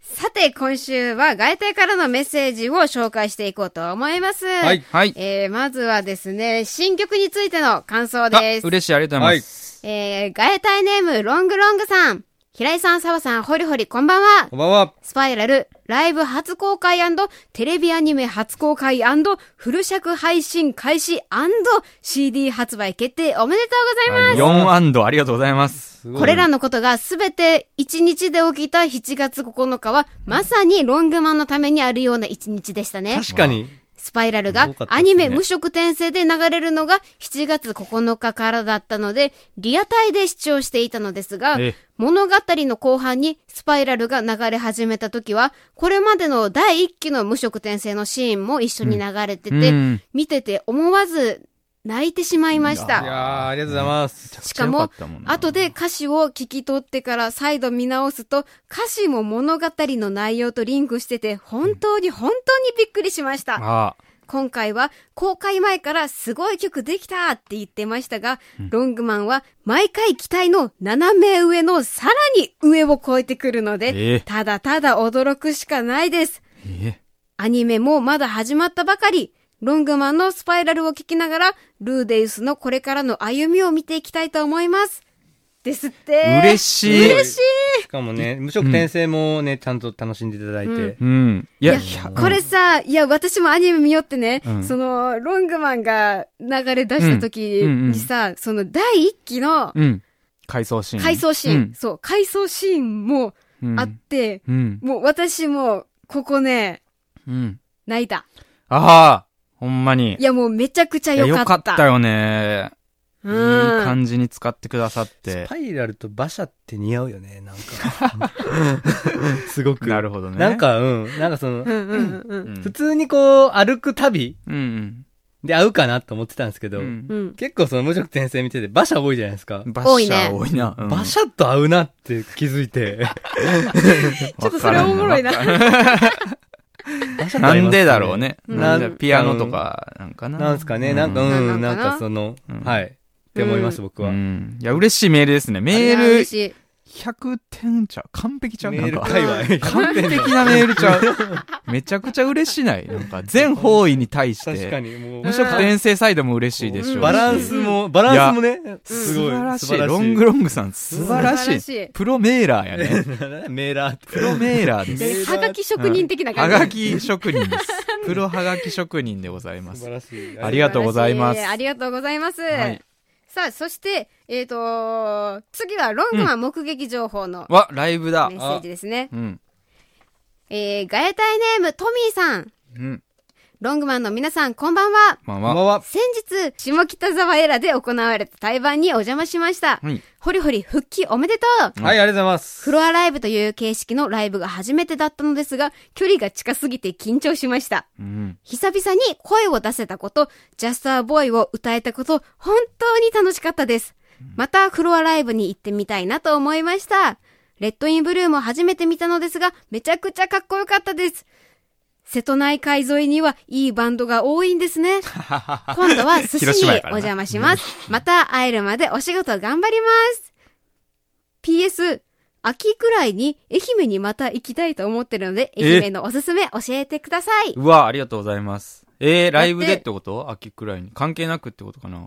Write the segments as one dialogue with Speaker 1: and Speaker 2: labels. Speaker 1: さて、今週は外体からのメッセージを紹介していこうと思います。はい
Speaker 2: はい
Speaker 1: えー、まずはですね、新曲についての感想
Speaker 2: あ
Speaker 1: です。
Speaker 2: 嬉しい、ありがとうございます。
Speaker 1: えー、外体ネーム、ロングロングさん。平井さん、沢さん、ホリホリ、こんばんは。
Speaker 3: こんばんは。
Speaker 1: スパイラル、ライブ初公開テレビアニメ初公開フル尺配信開始 &CD 発売決定おめでとうございます。
Speaker 2: 4アンド、ありがとうございます。
Speaker 3: すごい
Speaker 1: これらのことがすべて1日で起きた7月9日は、まさにロングマンのためにあるような1日でしたね。
Speaker 3: 確かに。
Speaker 1: スパイラルが
Speaker 3: 多かったですね
Speaker 1: アニメ無色転生で流れるのが7月9日からだったので、リアタイで視聴していたのですが
Speaker 2: ええ、
Speaker 1: 物語の後半にスパイラルが流れ始めた時は、これまでの第1期の無色転生のシーンも一緒に流れてて、
Speaker 2: うん
Speaker 1: 見てて思わず泣いてしまいまし
Speaker 3: いや
Speaker 1: た。
Speaker 3: ーありがとうございます。
Speaker 1: しか
Speaker 2: めちゃ
Speaker 1: も
Speaker 2: くちゃ良ったもん、な
Speaker 1: 後で歌詞を聞き取ってから再度見直すと、歌詞も物語の内容とリンクしてて、本当に本当にびっくりしました。
Speaker 2: あ
Speaker 1: 今回は公開前からすごい曲できたって言ってましたが、ロングマンは毎回期待の斜め上のさらに上を超えてくるので、
Speaker 2: ええ
Speaker 1: ただただ驚くしかないです。
Speaker 2: え
Speaker 1: アニメもまだ始まったばかり。ロングマンのスパイラルを聞きながら、ルーデウスのこれからの歩みを見ていきたいと思います。ですって。
Speaker 2: 嬉
Speaker 1: い。
Speaker 2: しい。
Speaker 1: 嬉しい。
Speaker 3: しかもね、無職転生もね、ちゃんと楽しんでいただいて。
Speaker 2: うん。い
Speaker 1: い
Speaker 2: や、
Speaker 1: や
Speaker 2: いや、
Speaker 1: これさ、いや、私もアニメ見よってね、
Speaker 2: うん
Speaker 1: その、ロングマンが流れ出した時にさ、その第一期の
Speaker 2: うん。回想シーン。
Speaker 1: 回想シーン、そう、回想シーンも
Speaker 2: うん。うん
Speaker 1: あって、
Speaker 2: うん。
Speaker 1: もう私も、ここね、
Speaker 2: うん。
Speaker 1: 泣いた。
Speaker 2: ああ、ほんまに
Speaker 1: い。や、もうめちゃくちゃ
Speaker 2: いや
Speaker 1: 良
Speaker 2: よ
Speaker 1: かった。
Speaker 2: かったよね。いい
Speaker 1: うん。
Speaker 2: 感じに使ってくださっ
Speaker 3: ス
Speaker 2: て。
Speaker 3: パイラルと馬車って似合うよね、なんか。 すごく。
Speaker 2: なるほ どね。
Speaker 3: なん、か、うん。なんかそ
Speaker 1: う、ん
Speaker 3: の
Speaker 1: うんう
Speaker 2: うんん
Speaker 3: 普。通にこう、歩く旅
Speaker 2: うん
Speaker 3: で会うかなと思ってたんですけ
Speaker 2: う
Speaker 3: ど、
Speaker 2: ん。
Speaker 1: う
Speaker 2: うん
Speaker 1: ん。
Speaker 3: 結構その無職転生見てて馬車多いじゃないですか。
Speaker 2: 馬
Speaker 1: 多いね
Speaker 2: 車多いな。うん
Speaker 3: 馬車と会うなって気づい て。
Speaker 1: ちょっとそれおもろいな。
Speaker 3: 馬車と会い
Speaker 2: な
Speaker 3: ますね
Speaker 2: んでだろうね。
Speaker 1: うん
Speaker 2: なんでピアノとか、なんかな。
Speaker 3: なんすかね、なんか、
Speaker 1: う
Speaker 3: うんん、
Speaker 1: な
Speaker 3: なんん
Speaker 1: かな
Speaker 3: かその
Speaker 2: うん、
Speaker 3: はい。って思いました、僕
Speaker 2: う
Speaker 3: は。メ
Speaker 2: ん。いや、嬉しいメールですね。メ
Speaker 1: いや
Speaker 2: ー
Speaker 1: 嬉
Speaker 2: ル
Speaker 1: しい。
Speaker 2: 100点ちゃう。完璧ちゃうな
Speaker 3: ー
Speaker 2: ん
Speaker 3: ル
Speaker 2: か。
Speaker 3: 界隈。
Speaker 2: 完璧なメールちゃう。めちゃくちゃ嬉しない。なんか、全方位に対し
Speaker 3: 確か
Speaker 2: て。
Speaker 3: に、もう
Speaker 2: 無、色転生サイドも嬉しいでしょうし。
Speaker 1: うん
Speaker 3: バランスも、バランスもね、す
Speaker 2: 素
Speaker 3: ごい。
Speaker 2: 晴らしい。ロングロングさん、素晴ら
Speaker 1: 素晴ら
Speaker 2: し
Speaker 1: しい
Speaker 2: い。プロメーラーや ね。
Speaker 3: メーラーって。
Speaker 2: プロ メーラーです。
Speaker 1: ではがき職人的な
Speaker 2: は
Speaker 1: 感じ。
Speaker 2: がき職人です。プロはがき職人でございま
Speaker 3: 素
Speaker 2: す
Speaker 3: 晴。らしい。
Speaker 2: ありがとうございま
Speaker 1: 素晴
Speaker 2: す
Speaker 1: らしありがとうございます。
Speaker 2: はい
Speaker 1: さあ、そして、えっ、と次はロングマン目撃情報の
Speaker 2: わ、ライブだ
Speaker 1: メッセ。ージですね。
Speaker 2: うん。
Speaker 1: えー、ガエタイネーム、トミーさん。
Speaker 2: うん。
Speaker 1: ロングマンの皆さん、こんばんは。
Speaker 2: まあ
Speaker 3: こんば
Speaker 2: ま
Speaker 3: んは。
Speaker 1: 先日、下北沢エラで行われた対バンにお邪魔しました。
Speaker 2: あ。はい。
Speaker 1: ホリホリ復帰おめでとう
Speaker 3: はい、ありがとうございます
Speaker 1: フ。ロアライブという形式のライブが初めてだったのですが、距離が近すぎて緊張しました。
Speaker 2: うん。
Speaker 1: 久々に声を出せたこと、ジャスターボーイを歌えたこと、本当に楽しかったです。またフロアライブに行ってみたいなと思いました。レッドインブルーも初めて見たのですが、めちゃくちゃかっこよかったです。瀬戸内海沿いにはいいバンドが多いんですね。今度は寿司
Speaker 2: 広
Speaker 1: に
Speaker 2: 島
Speaker 1: お
Speaker 2: やからな
Speaker 1: 邪魔します。また会えるまでお仕事頑張ります。PS、秋くらいに愛媛にまた行きたいと思ってるので、
Speaker 2: え
Speaker 1: 愛媛のおすすめ教えてください。
Speaker 2: うわ、ありがとうございます。えー、ライブでってこと秋くらいに。関係なくってことかな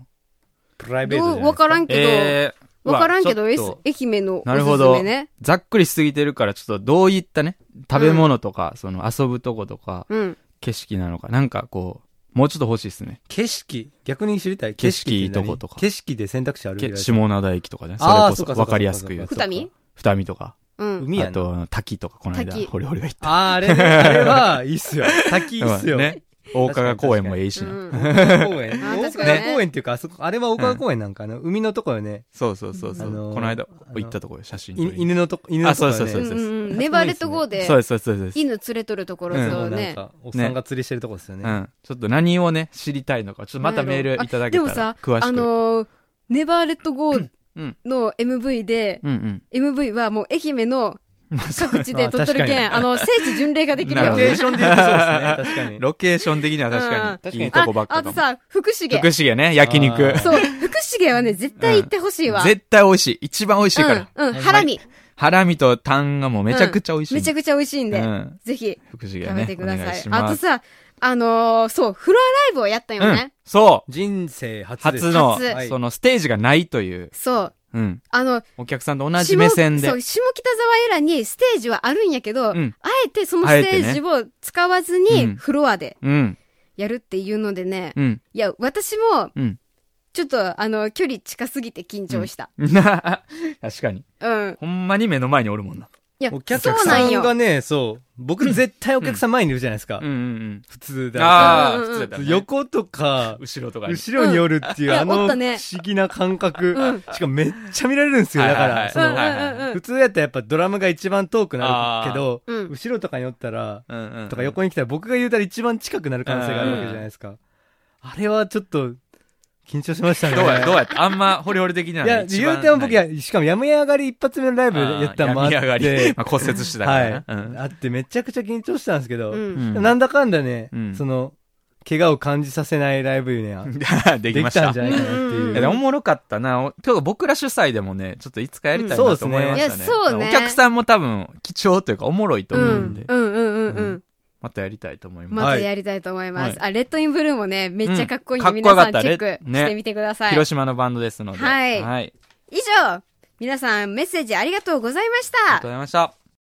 Speaker 3: プライベート
Speaker 1: ど
Speaker 3: じ
Speaker 1: う
Speaker 3: ゃない
Speaker 1: わからんけど。
Speaker 2: えー、
Speaker 1: わからんけど、
Speaker 2: う
Speaker 1: 愛
Speaker 2: ちょっと
Speaker 1: 媛のおすす
Speaker 2: なるほど
Speaker 1: めね。。
Speaker 2: ざっくりしすぎてるから、ちょっとどういったね、食べ物とか、その遊ぶとことか、
Speaker 1: うん。
Speaker 2: 景色なのか、なんかこう、もうちょっと欲しいですね。
Speaker 3: 景色逆に知りたい
Speaker 2: 景色
Speaker 3: って何
Speaker 2: いいとことか
Speaker 3: 景色で選択肢ある
Speaker 2: け
Speaker 3: ぐらい
Speaker 2: 下灘駅とかね。それ
Speaker 3: あーそ
Speaker 2: こ
Speaker 3: うかそう
Speaker 2: そ、
Speaker 3: か
Speaker 2: わかりやすく言うと。
Speaker 1: 二見
Speaker 2: 二見とか。
Speaker 1: うん。
Speaker 3: 海や
Speaker 2: あ
Speaker 3: な。
Speaker 2: と、あの滝とか、この間
Speaker 1: 滝、
Speaker 2: ホリホリが行った。
Speaker 3: あー、あれ、 あれは、いいっすよ。滝 いいっすよ。
Speaker 2: ね。大川公園もええし
Speaker 1: う
Speaker 2: な。
Speaker 1: ん
Speaker 3: 大川公園。
Speaker 1: あー
Speaker 3: 大
Speaker 1: 確かにね
Speaker 3: 川公園っていうか、あそこ、あれは大川公園なんかな。海のとこよね。
Speaker 2: そうそうそうそう。
Speaker 3: あのー
Speaker 2: この間
Speaker 3: あ、の
Speaker 2: 行ったとこよ、写真撮
Speaker 3: い
Speaker 2: りに
Speaker 3: 犬のとこ、犬のとこよね。
Speaker 2: あそうそう
Speaker 1: う
Speaker 2: そ
Speaker 1: ん
Speaker 2: う
Speaker 1: うん。ネバーレットゴーで
Speaker 2: そう、です、そうです、そうです。
Speaker 1: 犬連れとるところ
Speaker 2: うん
Speaker 1: そ
Speaker 3: も
Speaker 1: う
Speaker 3: うなん
Speaker 1: ね。
Speaker 3: か、おっさんが釣りしてるとこですよね。
Speaker 2: うん。ちょっと何をね、知りたいのか、ちょっとまたメールいただけたら、
Speaker 1: でも
Speaker 2: 詳
Speaker 1: さ、
Speaker 2: し
Speaker 1: あ
Speaker 2: く。
Speaker 1: のー、ネバーレットゴー
Speaker 2: うん
Speaker 1: の MV で、
Speaker 2: うんうん。
Speaker 1: MV はもう愛媛の各地で撮っとるけん、
Speaker 3: ま
Speaker 1: あの、聖地巡礼ができる
Speaker 2: な
Speaker 1: よ
Speaker 2: る
Speaker 3: ロケ
Speaker 2: ほど
Speaker 3: ー
Speaker 1: ね。
Speaker 3: ションで言うとそうですね。確かに。
Speaker 2: ロケーション的には確か
Speaker 3: うん
Speaker 2: に、いいとこばっ
Speaker 1: ああ
Speaker 2: かか
Speaker 1: と
Speaker 2: も。
Speaker 1: さ、福重。
Speaker 2: 福重ね、焼肉
Speaker 3: あ。ー
Speaker 1: そう、福重はね、絶対行ってほしいわ。
Speaker 2: 絶対美味しい。一番美味しいから。
Speaker 1: うん、うん、ハラミ。
Speaker 2: ハラミとタンがもうめちゃくちゃ美味しい。
Speaker 1: めちゃ
Speaker 2: く
Speaker 1: くちゃ美味しいんで、
Speaker 2: うん。
Speaker 1: ぜひ
Speaker 2: 福重
Speaker 1: 食
Speaker 2: ね。
Speaker 1: べてくだ
Speaker 2: お
Speaker 1: さ
Speaker 2: 願
Speaker 1: い。
Speaker 2: し
Speaker 1: あ
Speaker 2: ま
Speaker 1: と
Speaker 2: す
Speaker 1: さ、あのーそう、フロアライブをやったよ
Speaker 2: うん
Speaker 1: ね。。
Speaker 2: そう
Speaker 3: 人生初です
Speaker 2: 初の
Speaker 1: 初
Speaker 3: はい
Speaker 2: そのステージがないという、
Speaker 1: そう。
Speaker 2: うん。
Speaker 1: あの、
Speaker 2: お客さんと同じ目線で
Speaker 1: 下。そう、下北沢エラにステージはあるんやけど、
Speaker 2: うん
Speaker 1: あえてそのステージを使わず
Speaker 2: あえて
Speaker 1: に、
Speaker 2: ねうん
Speaker 1: フロアで
Speaker 2: うん。
Speaker 1: やるっていうのでね、
Speaker 2: うん。
Speaker 1: いや、私も、
Speaker 2: うん
Speaker 1: ちょっと、あの、距離近すぎて緊張した。
Speaker 2: 確かに。
Speaker 1: うん。
Speaker 2: ほんまに目の前におるもんな。
Speaker 1: いや、
Speaker 3: お客
Speaker 1: そうな
Speaker 3: さ
Speaker 1: ん
Speaker 3: ん
Speaker 1: よ。
Speaker 3: がね、そう。僕絶対お客さん前にいるじゃないですか
Speaker 2: うん。うん
Speaker 3: 普通
Speaker 2: う
Speaker 3: だ
Speaker 2: ん。
Speaker 3: と
Speaker 2: ああ、
Speaker 1: うんうん
Speaker 2: 普通だったらね。
Speaker 3: 横とか、
Speaker 2: 後ろとかに。
Speaker 3: 後ろにおるっていう、
Speaker 1: うん
Speaker 3: あ
Speaker 1: いやお
Speaker 3: の
Speaker 1: っ
Speaker 3: 不
Speaker 1: た
Speaker 3: 思
Speaker 1: ね
Speaker 3: 議な感覚。
Speaker 1: うん
Speaker 3: しかもめっちゃ見られるんですよ、だか
Speaker 2: はいはいは
Speaker 3: ら。
Speaker 2: い
Speaker 3: そ
Speaker 1: うん
Speaker 3: の
Speaker 1: うんうんうん
Speaker 3: 普通やったらやっぱドラムが一番遠くなるけど、
Speaker 1: うんうん
Speaker 3: 後ろとかにおったら、
Speaker 2: うんうん。
Speaker 3: とか横に来たら僕が言うたら一番近くなる可能性があるわけじゃないですか。あれはちょっと、緊張しましたね。
Speaker 2: どうや、どうやったあんま、ホリホリ的にはいな
Speaker 3: や、
Speaker 2: い。一番
Speaker 3: 言うても僕
Speaker 2: ない、
Speaker 3: や、しかも病み上がり一発目のライブやったのもあっ
Speaker 2: あー病み上がり、
Speaker 3: て
Speaker 2: まあ骨折してたか
Speaker 3: はい
Speaker 2: ら。な。うん。
Speaker 3: あってめちゃくちゃ緊張したんですけど、
Speaker 1: うん
Speaker 2: うん
Speaker 3: でもなんだかんだね、
Speaker 2: うん
Speaker 3: その、怪我を感じさせないライブ には、
Speaker 2: で
Speaker 3: で
Speaker 2: きま
Speaker 3: き
Speaker 2: した。
Speaker 3: たん
Speaker 2: い
Speaker 3: じゃないかなって
Speaker 1: うん
Speaker 3: いう。
Speaker 2: やでもおもろかったな。お今日僕ら主催でもね、ちょっといつかやりたい
Speaker 3: うん
Speaker 2: なと思いましたね。
Speaker 1: いやそうね
Speaker 2: お客さんも多分、貴重というか、おもろいと
Speaker 1: う
Speaker 2: 思
Speaker 1: ん、う
Speaker 2: うん
Speaker 1: ん
Speaker 2: で、
Speaker 1: うんうんう。
Speaker 2: うんまたやりたいと思います。
Speaker 1: まずやりたいと思います。あ、レッドインブルーもね、めっちゃかっこいいんで、
Speaker 2: うん
Speaker 1: 皆さんチ
Speaker 2: かっこ
Speaker 1: ェッ
Speaker 2: よかった
Speaker 1: ク
Speaker 2: ね
Speaker 1: してみてください。
Speaker 2: 広島のバンドですので。
Speaker 1: はい
Speaker 2: はい。
Speaker 1: 以上、皆さんメッセージありがとうございまし
Speaker 2: ありが
Speaker 1: た
Speaker 2: とうご。ざいました。